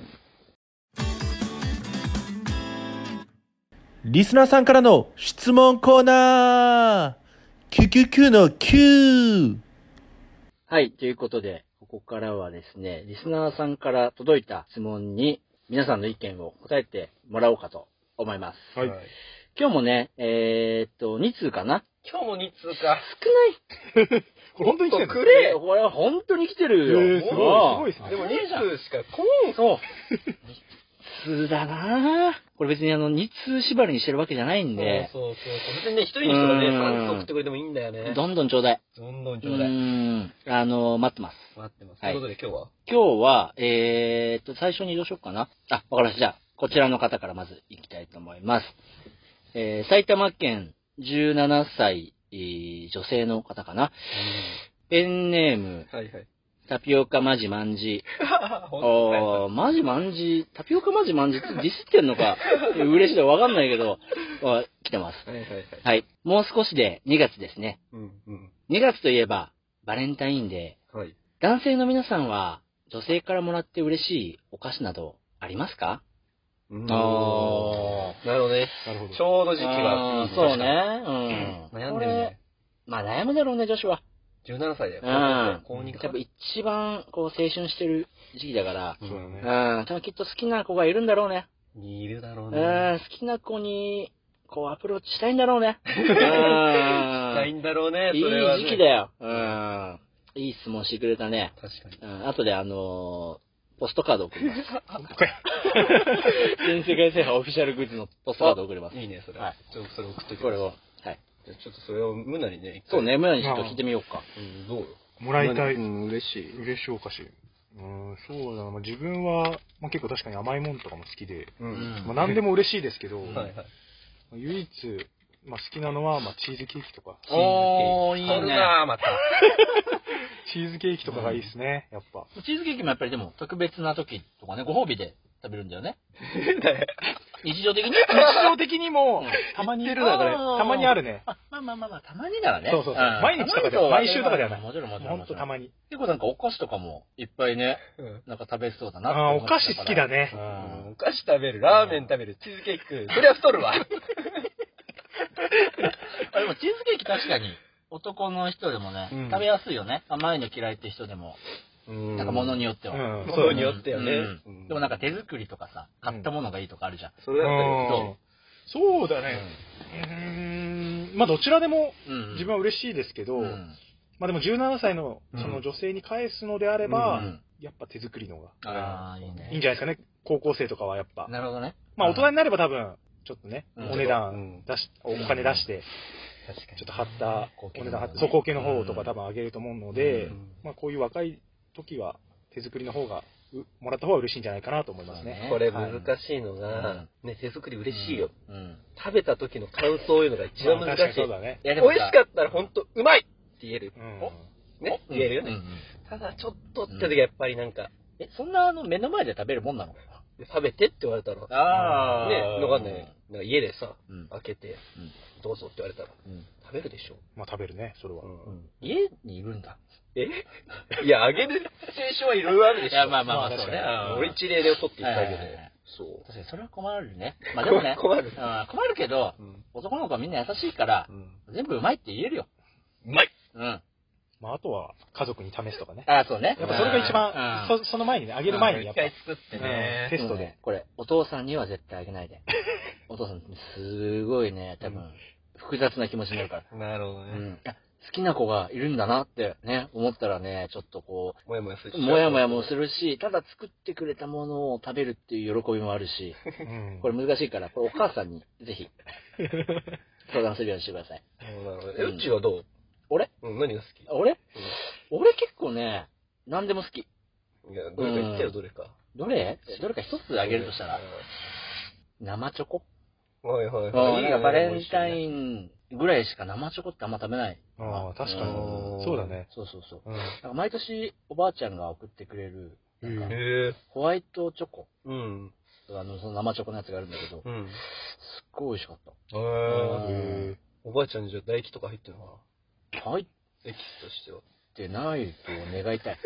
リスナーさんからの質問コーナー !999 の 9! はい、ということで、ここからはですね、リスナーさんから届いた質問に、皆さんの意見を答えてもらおうかと思います。はいはい今日もね、えー、っと、2通かな今日も日通か。少 [laughs] これ本当に来てないんのくれこれは本当に来てるよ。えーすごいすごいですあねでも日いいじゃん通しか、こそう。通だなぁこれ別にあの、2通縛りにしてるわけじゃないんで、そうそうそうそう。別にね、一人の人がね、うん3送ってくれてもいいんだよね。どんどんちょうだい。どんどんうちょうだい。ん。あの、待ってます。待ってます。とはいいうことで今日は今日は、えーっと、最初にどうしようかな。あ、わかりました。じゃあ、こちらの方からまず行きたいと思います。えー、埼玉県17歳、えー女性の方かな。ペンネーム、はいはい。タピオカマジマンジ。ほんとだよあー、マジマンジ、タピオカマジマンジってディスってんのか、嬉しいのかわかんないけど、あ来てます。はいはいはい。はい。もう少しで2月ですね。うんうん。 2月といえば、バレンタインデー。はい。男性の皆さんは、女性からもらって嬉しいお菓子などありますかうんあなるほどね。なるほどち。ょうど時期があいいー時期そだうね。ね。うん。悩んでるね。これ。まあ悩むだろうね、女子は。 17歳だよ。うん。高2やかっぱ。一番、こう、青春してる時期だから。そうだね。うん。多分きっと好きな子がいるんだろうね。いるだろううね。ん。好きな子に、こう、アプローチしたいんだろうね。うんしたいんだろうね、そいいれはね。時期だよ。うん。いい質問してくれたね。確かに。うん。後で、あのーポストカード送り [laughs] ます。全世界制覇オフィシャルグッズのポストカード送ります。いいね、それ。はいちょっとそれ送っときますこれを。はい。じゃあちょっとそれを無なりね、一回そう。ね、村にちょっと聞いてみようか。うん、どうよ。もらいたい。うん、嬉しい。嬉しいお菓子。うん、そうだな。まあ、自分は、まあ、結構確かに甘いもんとかも好きで、うまあ、何でも嬉しいですけど、はいはい。唯一、まあ、好きなのは、まあ、チーズケーキとか、おー、いいあるね。なぁ、また。チーズケーキとかがいいですね、やっぱ。チーズケーキもやっぱりでも、特別な時とかね、ご褒美で食べるんだよね。日常的 [laughs] に日常的にも、たまに言ってるだから、たまにあるね。あまあまあまあまあ、たまにならね。そうそうそうん毎日とかでは毎週とかではないもちろんもちろほん。んもちとろんたまに。結構なんかお菓子とかもいっぱいね、うんなんか食べそうだなってああー、思おってた菓から子好きだね。う [laughs] んお菓子食べる、ラーメン食べる、チーズケーキ食う。そりゃ太るわ。あでもチーズケーキ確かに男の人でもね、うん食べやすいよね。甘いの嫌いって人でも、なんか物によってうは。ん。もそのうだにね。よってはねうん。うでもなんか、手作りとかさ、買ったものがいいとかあるじゃん。それだったうらんそうだね。うーん。まあ、どちらでも、うん自分は嬉しいですけど、うんまあでも17歳のうそんの女性に返すのであれば、うんやっぱ手作りの方がああ、いいね。いいんじゃないですかね。高校生とかはやっぱ。なるほどね。まあ大人になれば多分、ちょっとね、うんお値う段ん出し、お金出して、確かにちょっと張った、高お級な値段張っうた、んそう高級の方とか多分上げると思うので、うんまあこういう若い時は手作りの方が、うもらった方が嬉しいんじゃないかなと思いますね。これ難しいのはが、ね、手作り嬉しいよ。うん。食べた時の感想を言うのが一番まあ難確かにしいそう。だね。いやで美もさ味しかったら本当うまいって言えるう。ん。ね、言えるようんうね。んただちょっとって時はやっぱりなんか、え、そんなあの目の前で食べるもんなの食べてって言われたら、ね、あわかんない。なんか家でさうん、開けてうん、どうぞって言われたらうん、食べるでしょ。まあ食べるね、それは。家にいるんだ。えいや、揚げる青春はいろいろあるでしょ。いやまあまあまあ確かにそうねうん俺一例で取っていったけどはいはいはい、そう。、確かにそれは困るね。まあでもね [laughs] 困るうん。困るけど、うん男の子はみんな優しいから、全部うまいって言えるよ。うまいうん。あまああとは家族に試すとかね。あ、そうね。やっぱそれが一番、うん、そその前にね、上げる前にやっぱ、一回作ってね。テストで。これ、お父さんには絶対あげない [laughs] で。お父さん、すごいね、多分、複雑な気持ちになるから。なるほど [laughs] うね。ん。あ好きな子がいるんだなってね、思ったらね、ちょっとこもやもやするう、もやもやもするし、ただ作ってくれたものを食べるっていう喜びもあるし、うんこれ難しいから、これお母さんにぜ [laughs] ひ、相談するようにしてください。なるほどねえうちはどう俺うん、何が好き俺、俺結構ね、何でも好き。いや、どれか言ってよ、どれか。どれどれか一つあげるとしたら、生チョコはいはいうんはい。いいなんかねバレンタ美味しいねインぐらいしか生チョコってあんま食べない。ああ、確かにうん。そうだね。そうそうそう。うん。なんか毎年おばあちゃんが送ってくれる、なんかへえ。ホワイトチョコ、うん。あのその生チョコのやつがあるんだけど、すっうん。ごい美味しかった。へえ。おばあちゃんじゃあ唾液とか入ってるのか入っなエキスとしては。てないと願いたい。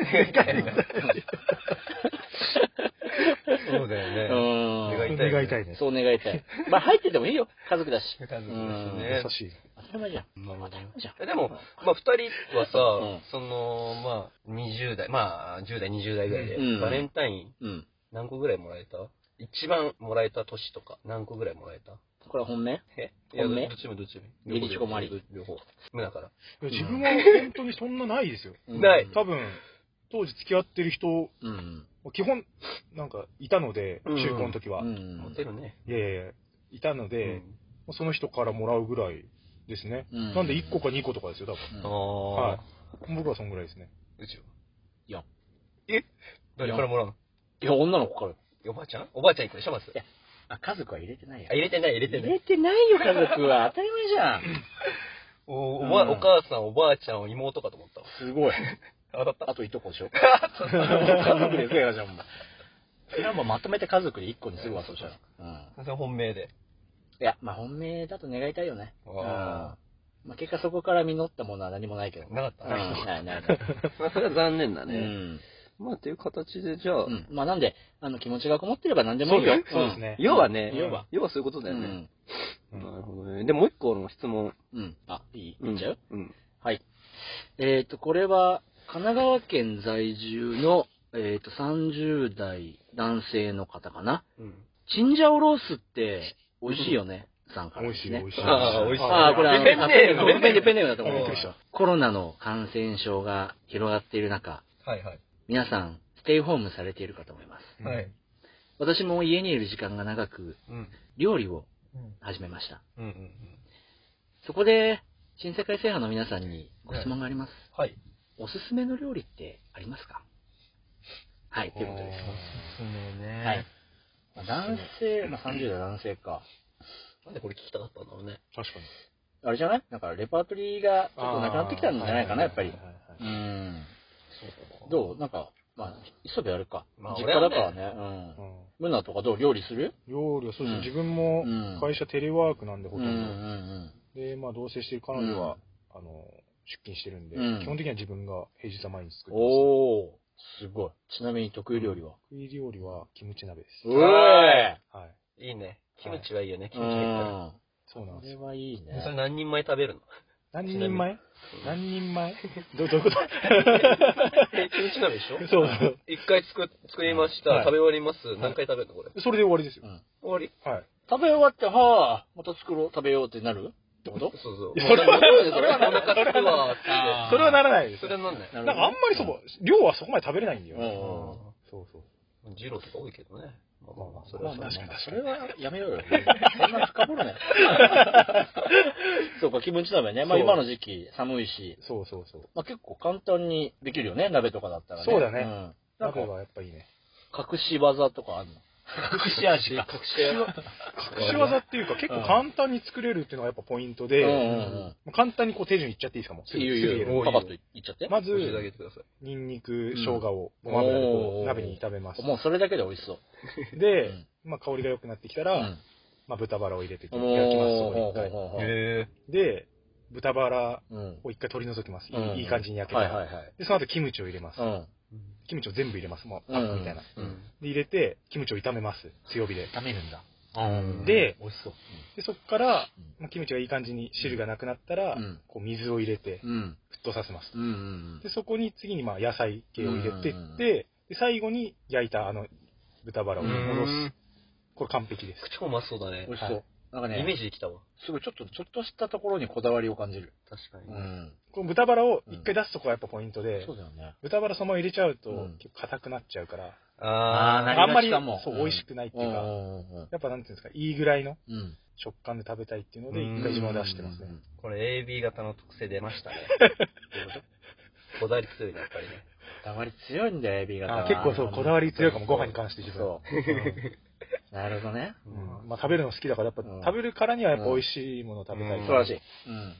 そうだようね。ん。願いたいね願いたいね。そう願いたい。まあ入っててもいいよ。家族だし。家族だしねうん優しい。当たり前じゃん。なるほ当どたり前じゃん。えでも、まあ、二人はさ、うんその、まあ、20代、まあ、10代、20代ぐらいで、うんバレンタインうん。何個ぐらいもらえた一番もらえた年とか、何個ぐらいもらえたこれは本命えいや本命どっちもどっちも。ギリチコもあり両方。胸から。自分は本当にそんなないですよ。うんない多分、当時付き合ってる人、うん。もう基本、なんか、いたので、うん中高の時は。ういモん。テるね。やいやいや、いたので、もうその人からもらうぐらいですね。うんなんで1個か2個とかですよ、多分。あはあ。い。僕はそんぐらいですね。うちは。いや。え誰からもらうのいや、女の子から。えおばあちゃんおばあちゃん行くでしょ、まず。やあ、家族は入れてないよあ、。入れてない、入れて入ない。れてないよ、家族は。当たり前じゃん。 [laughs] おおばうんお母さん、おばあちゃんを妹かと思ったわ。すごい。当たったあといとこでしょ。家族で増えよ、じゃん、もう。それはもうまとめて家族で1個にするわ、そしたら。うん。それ本命で。いや、まあ本命だと願いたいよね。うん。あまあ結果そこから実ったものは何もないけど。なかった [laughs] うん、なないないない。まあ、それは残念だうね。ん。まあ、という形で、じゃあ、うん。まあなんで、あの気持ちがこもってれば何でもいいよ。そうですね。要はね、要は要はそういうことだうよん。うね。ん。うんなるほどね。で、もう一個の質問。うん。あ、いいうんいっちゃう、うん。はい。えっ、と、これは、神奈川県在住の、えっ、と、30代男性の方かな。うんチンジャオロースって、美味しいよね。さんから美で味しすい、ね。美味しい。あー美味しいああ、これあの、ペンネームペンネーム、ペンネームだと思びっうくりした。コロナの感染症が広がっている中、はいはい。皆さん、ステイホームされているかと思います。うんはい。私も家にいる時間が長く、うん。料理をうん始めました。うんうん。そこで、新世界制覇の皆さんにご質問があります。はい。おすすめの料理ってありますかはい、ということです。ねはい。まあ男性、まあ、30代男性か。なんでこれ聞きたかったんだろうね。確かに。あれじゃないなんか、レパートリーがちょっとなくなってきたんじゃないかな、やっぱりはい。はいはいうん。そうかどうなんか、まあ、磯部やるか。まあ実俺家だはねからね。う。うんんムナとかどう料理する料理はそうですね、うん自分もうん会社テレワークなんでほうとんんうど、んでまあ同棲してる彼女は、あの出勤してるんで、うん基本的には自分が平日は毎日作うん。ってます、ね、おおすごい。ちなみに得意料理は得意料理はキムチ鍋です、うえはいいいね。キムチはいいよね、キうムチ入っん。そうなんこでれすはいいたら。それね。何人前食べるの何ちな人み前何 [laughs] 人前どどういうことえ、キムチ鍋でしょそうそう一回作、作りました、はい食べ終わります。何回食べるのこれ。それで終わりですよ、終わりはい食べ終わって、はあ、また作ろう、食べようってなるってことそうそう。いやそれはそれはお腹すくわーっそれはならないでて。すそねれはなんない。ななんかあんまりそこ、量はそこまで食べれないんだよ、うんそうそうジローとか多いけどね。まあまあまあ、それまはあそうだ確ねかに確そかれはやめよう [laughs] よ。そんな深掘るね。 [laughs] そうか、キムチ鍋ね。まあそう今の時期寒いし、にそうそうそうまあ結構簡単にできるよね、鍋とかだったらね。そうだねんなんか鍋、はやっぱいいね隠し技とかあるの [laughs] 隠し味か。隠し技っていうか結構簡単に作れるっていうのがやっぱポイントうで、んうんもう簡単にこう手順いっちゃっていいですかもううすん。ぐいいよすぐいい入れよるパパッといっちゃって。まず教えてあげてください。ニンニク、ん生姜をごま油でこおーう鍋に炒めますもうそれだけで美味しそう。でうん、まあ、香りが良くなってきたうら、ん。まあ、豚バラを入れて焼きますおそこで一回ーへで豚バラうん。を一回取り除きます、いいうんいい感じに焼けたはいら、はいはい。でその後キムチを入れます、うん。キムチを全部入れますもうパうんックみたいな、ぇうん。で入れてキムチを炒めます強火で炒めるんだ。うんで美味しそう。でそこからうん、まあ、キムチがいい感じに汁がなくなったら、うんこう水を入れてうん。沸騰させますうんうんでそこに次にまあ野菜系を入れてって、うんで最後に焼いたあの豚バラを戻す、これ完璧です超うまそうだね美。味しそう。なんかね、イメージできたわ。すごいちょっと、ちょっとしたところにこだわりを感じる。確かに。ん。この豚バラを一回出すとこがやっぱポイントで、そうだよね。豚バラそのまま入れちゃうと、うん結構硬くなっちゃうから、あー、なりあんまりがちかもそう、うん美味しくないってういんううか、んうんやっぱなんていうんですか、いいぐらいのうん。食感で食べたいっていうので、うん一回自分は出してますうねん。これ AB 型の特性出ま [laughs] したね。こだわり強いね、やっぱりね。こだわり強いんだよ、エビ型あは。結構そう、こだわり強いかも、ご飯に関して自分。そうん。なるほどね。うんまあ、食べるの好きだから、やっぱ、うん食べるからにはやっぱ美味しいものを食べたい、うん素晴らしい。うん。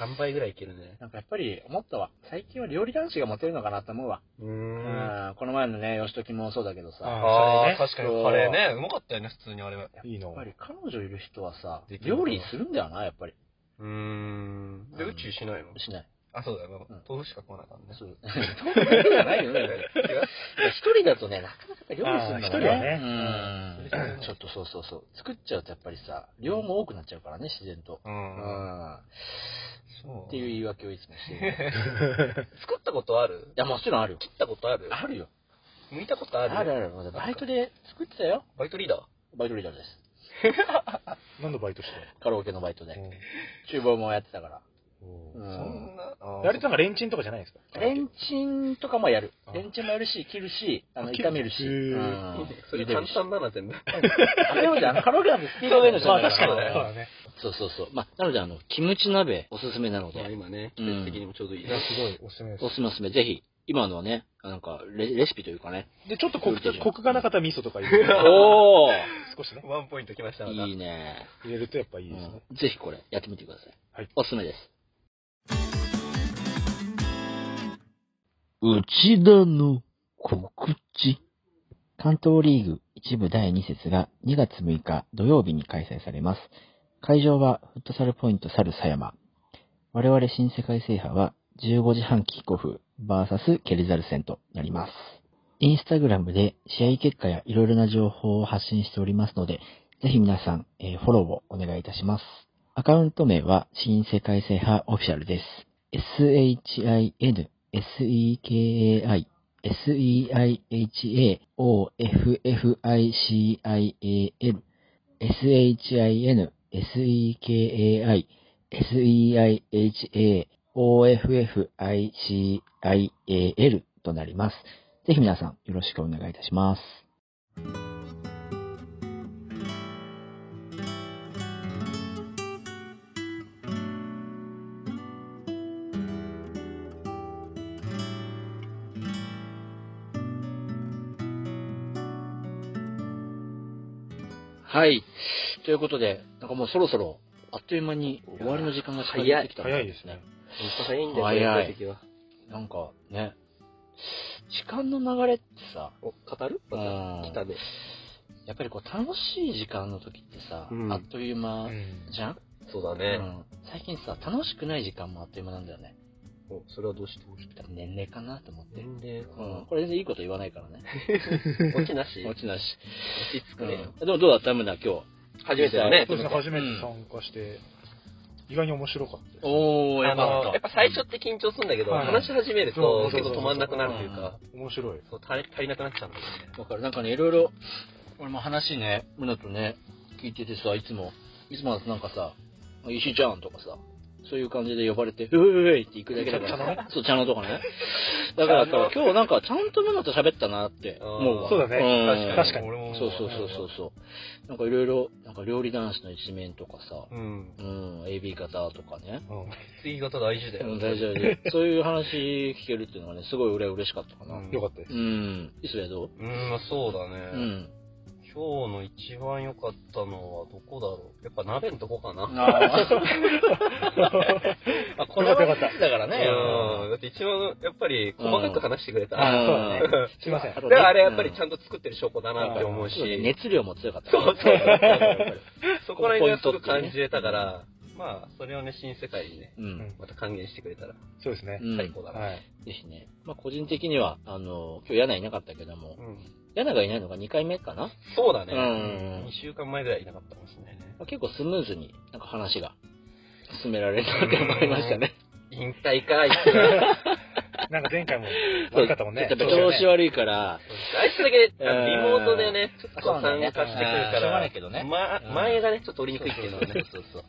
3倍ぐらいいけるね。なんかやっぱり思ったわ。最近は料理男子がモテるのかなと思うわ。う。うんん。この前のね、吉時もそうだけどさ。あー、それね確かにカレーね。うまかったよね、普通にあれは。いいのやっぱり彼女いる人はさで、きるの料かな理するんだよな、やっぱり。うーん。で、宇宙しないのしない。あ、そうだようん。豆腐しか食わなかったね [laughs] そ。う。そうじゃないよね。一人だとね、なかなか料理するんだもんあね。うん。ちょっとそうそうそう。作っちゃうとやっぱりさ、量も多くなっちゃうからね、自然と。う。うんん。っそう。ていう言い訳をいつもしている。 [laughs] 作ったことあるいや、もちろんあるよ。切ったことあるあるよ。剥いたことああるるあるある。まだバイトで作ってたよ。バイトリーダーバイトリーダーです。何のバイトしてカラオケのバイトでた。の、厨房もやってたから。うそん。んな、あー誰とかレンチンとかじゃないですかレンチンとかもやるあ。レンチンもやるし、切るし、あの、切る炒めるし。へうーんそれ茹でる簡し単だな、全部。あでもじゃあの、カラオケなんてスピードがいいのじゃない確かにね。そうなだね。そうそうそう。まあ、なので、あの、キムチ鍋、おすすめなので。今ね、う季ん節的にもちょうどいいいや、ね。すごい、おすすめですお。すすめおすすめ、ぜひ、今のはね、なんかレ、レシピというかね。で、ちょっとコクそうとでしょコクがなかった味噌とか入れる。おー少しね。ワンポイントきました、また。いいね、入れるとやっぱいいうですね。んぜひこれ、やってみてください。はいおすすめです。うちだの告知。関東リーグ一部第2節が2月6日土曜日に開催されます。会場はフットサルポイントサル狭山。我々新世界制覇は15時半キックオフ VS ケルザル戦となります。インスタグラムで試合結果やいろいろな情報を発信しておりますので、ぜひ皆さん、えーフォローをお願いいたします。アカウント名は新世界制覇オフィシャルです。shinsekai SEIHAOFFICIAL SHIN SEKAI SEIHAOFFICIAL となります。ぜひ皆さんよろしくお願いいたします。はい。ということで、なんかもうそろそろ、あっという間に終わりの時間が近づいてきたん早いですね。。早いんだよ、早いこうう時は。なんかね、時間の流れってさ、お、語るうまんた、来たね。やっぱりこう楽しい時間の時ってさ、うんあっという間じゃん、そうだうね。ん最近さ、楽しくない時間もあっという間なんだよね。おそれはどうして年齢かなと思って。年齢かうんな。これ全然いいこと言わないからね。こっちなし落ちなし。落ち着くねよ。うんでもどうだったムナ今日。初めてだね。そうですね、初うめてん参加して、意外に面白かったです。おー、あやばかの、っやったぱ。最初って緊張するんだけど、はい話し始めるそとうそう結そう構止まんなくなるというか、面白い。そう足り足りなくなっちゃうんだよね。わかる。なんかね、いろいろ、俺も話ね、ムナとね、聞いててさ、いつも、いつもなんかさ、石井ちゃんとかさ、そういう感じで呼ばれて、うえいって行くだけだか茶のねら、そう、茶のとかね。だからさ、今日なんかちゃんとムナと喋ったなって思うわ。そうだねん確かに。俺もそうそうそうそうそう。なんかいろいろ、なんか料理男子の一面とかさ、うん。うん、AB 型とかね。うん。次型大事だうよん、。大丈夫 [laughs] 大丈夫そういう話聞けるっていうのはね、すごい俺は嬉しかったかな。よかったです。うん。いつやどううん、まあそうだうね。ん。今日の一番良かったのはどこだろう。やっぱ鍋のとこかな。 [laughs] ああ。あ、これはよかったよかだからね。うん。だって一番、やっぱり細かく話してくれた。 [laughs] うんうんだすいません。からあれやっぱりちゃんんと作ってる証拠だなって思うし。熱量も強かった。そうそう。そこら辺がすポイントごっくてね感じれたから、まあ、それをね、新世界にね、 [laughs] うん。また還元してくれたらそうですねう。ん最高だな。はい。 [laughs] ぜひね。まあ個人的には、あの、今日柳いなかったけども、うん柳がいないのが2回目かなそうだうね。2ん。週間前ぐらいいなかったかもしれないね。まあ結構スムーズに、なんか話が進められたなって思いましたね。引退か、あいつら。なんか前回も悪かったもんねちょ。っとやっぱ調子悪いから、あいつだけ、あのリモートでね、ちょっとそう参加なしてんだねくるかしょうがないら、けどねまうん前がね、ちょっと取りにくいっていうのはね。そう [laughs] そうそう。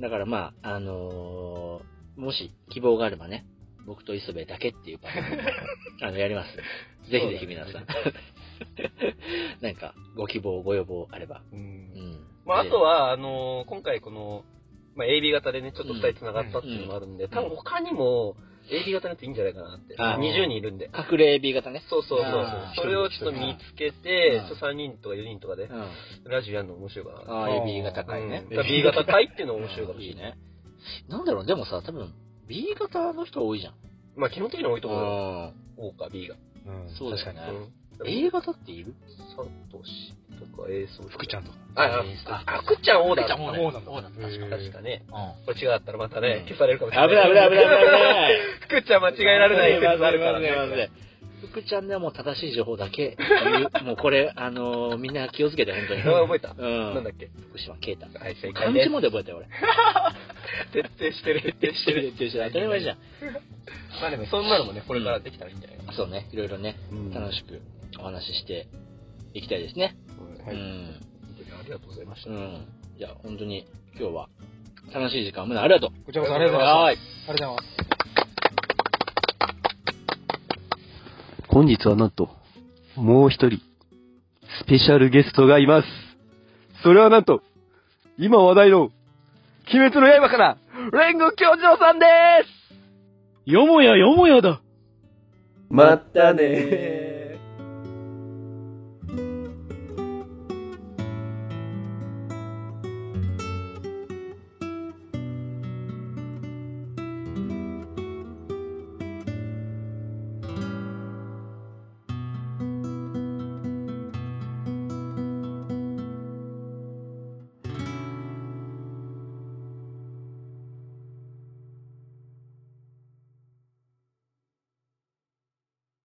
だからまあ、あのーもし希望があればね、僕と磯部だけっていうパタ [laughs] ーンもあの、やります。ぜひぜひ皆さん。なんか、ご希望、ご要望あれば。う。うんん。まあ、あとは、は、あのー今回この、まあ、AB 型でね、ちょっと2人繋がったっていうのもあるんで、多分他にも、AB 型のやついいんじゃないかなって。あー20人いるんで。隠れ B 型ね。そうそうそうあーそう。それをちょっと見つけてうん、ちょっと3人とか4人とかでう、ん。ラジオやるの面白いかな。ああ、B 型かいねうん。だから B 型回っていうの面白いかもしれない。ね。なんだろう、でもさ、多分、B 型の人多いじゃん。まあ、基本的に多いと思うよ。あ O か B が。うんそうだよ確かね。うん A 型っているサトシとか A ソに。福ちゃんとか。あ、ああ、くっちゃん O だ。王確なんだ王なんだ。確かに。かね。うん。これ違ったらまたうんね、消されるかもし危れなないい。危ない危ない危ない危ない。くっちゃん間違えられない説があるからね。まずいまずいまずい福ちゃんではもう正しい情報だけ [laughs] 言う。もうこれ、あのーみんな気をつけて、本当に。名前覚えたうなんんだ。っけ福島啓太。はい、正解漢です字。まで覚えたよ、 [laughs] 俺。徹底してる、 [laughs] 徹底してる。当たり前じゃん。まあでも、そんなのもね、これからできたらいいんじゃないかな。そうね、いろいろね、楽しくお話ししていきたいですね。く。うはい。ん。本当にありがとうございましうた。ん。いや、本当に今日は楽しい時間を無駄ありがとう。こちらこそありがとうございます。はいありがとうございます。本日はなんと、もう一人、スペシャルゲストがいます。それはなんと、今話題の、鬼滅の刃から、煉獄教授さんですよもやよもやだまったね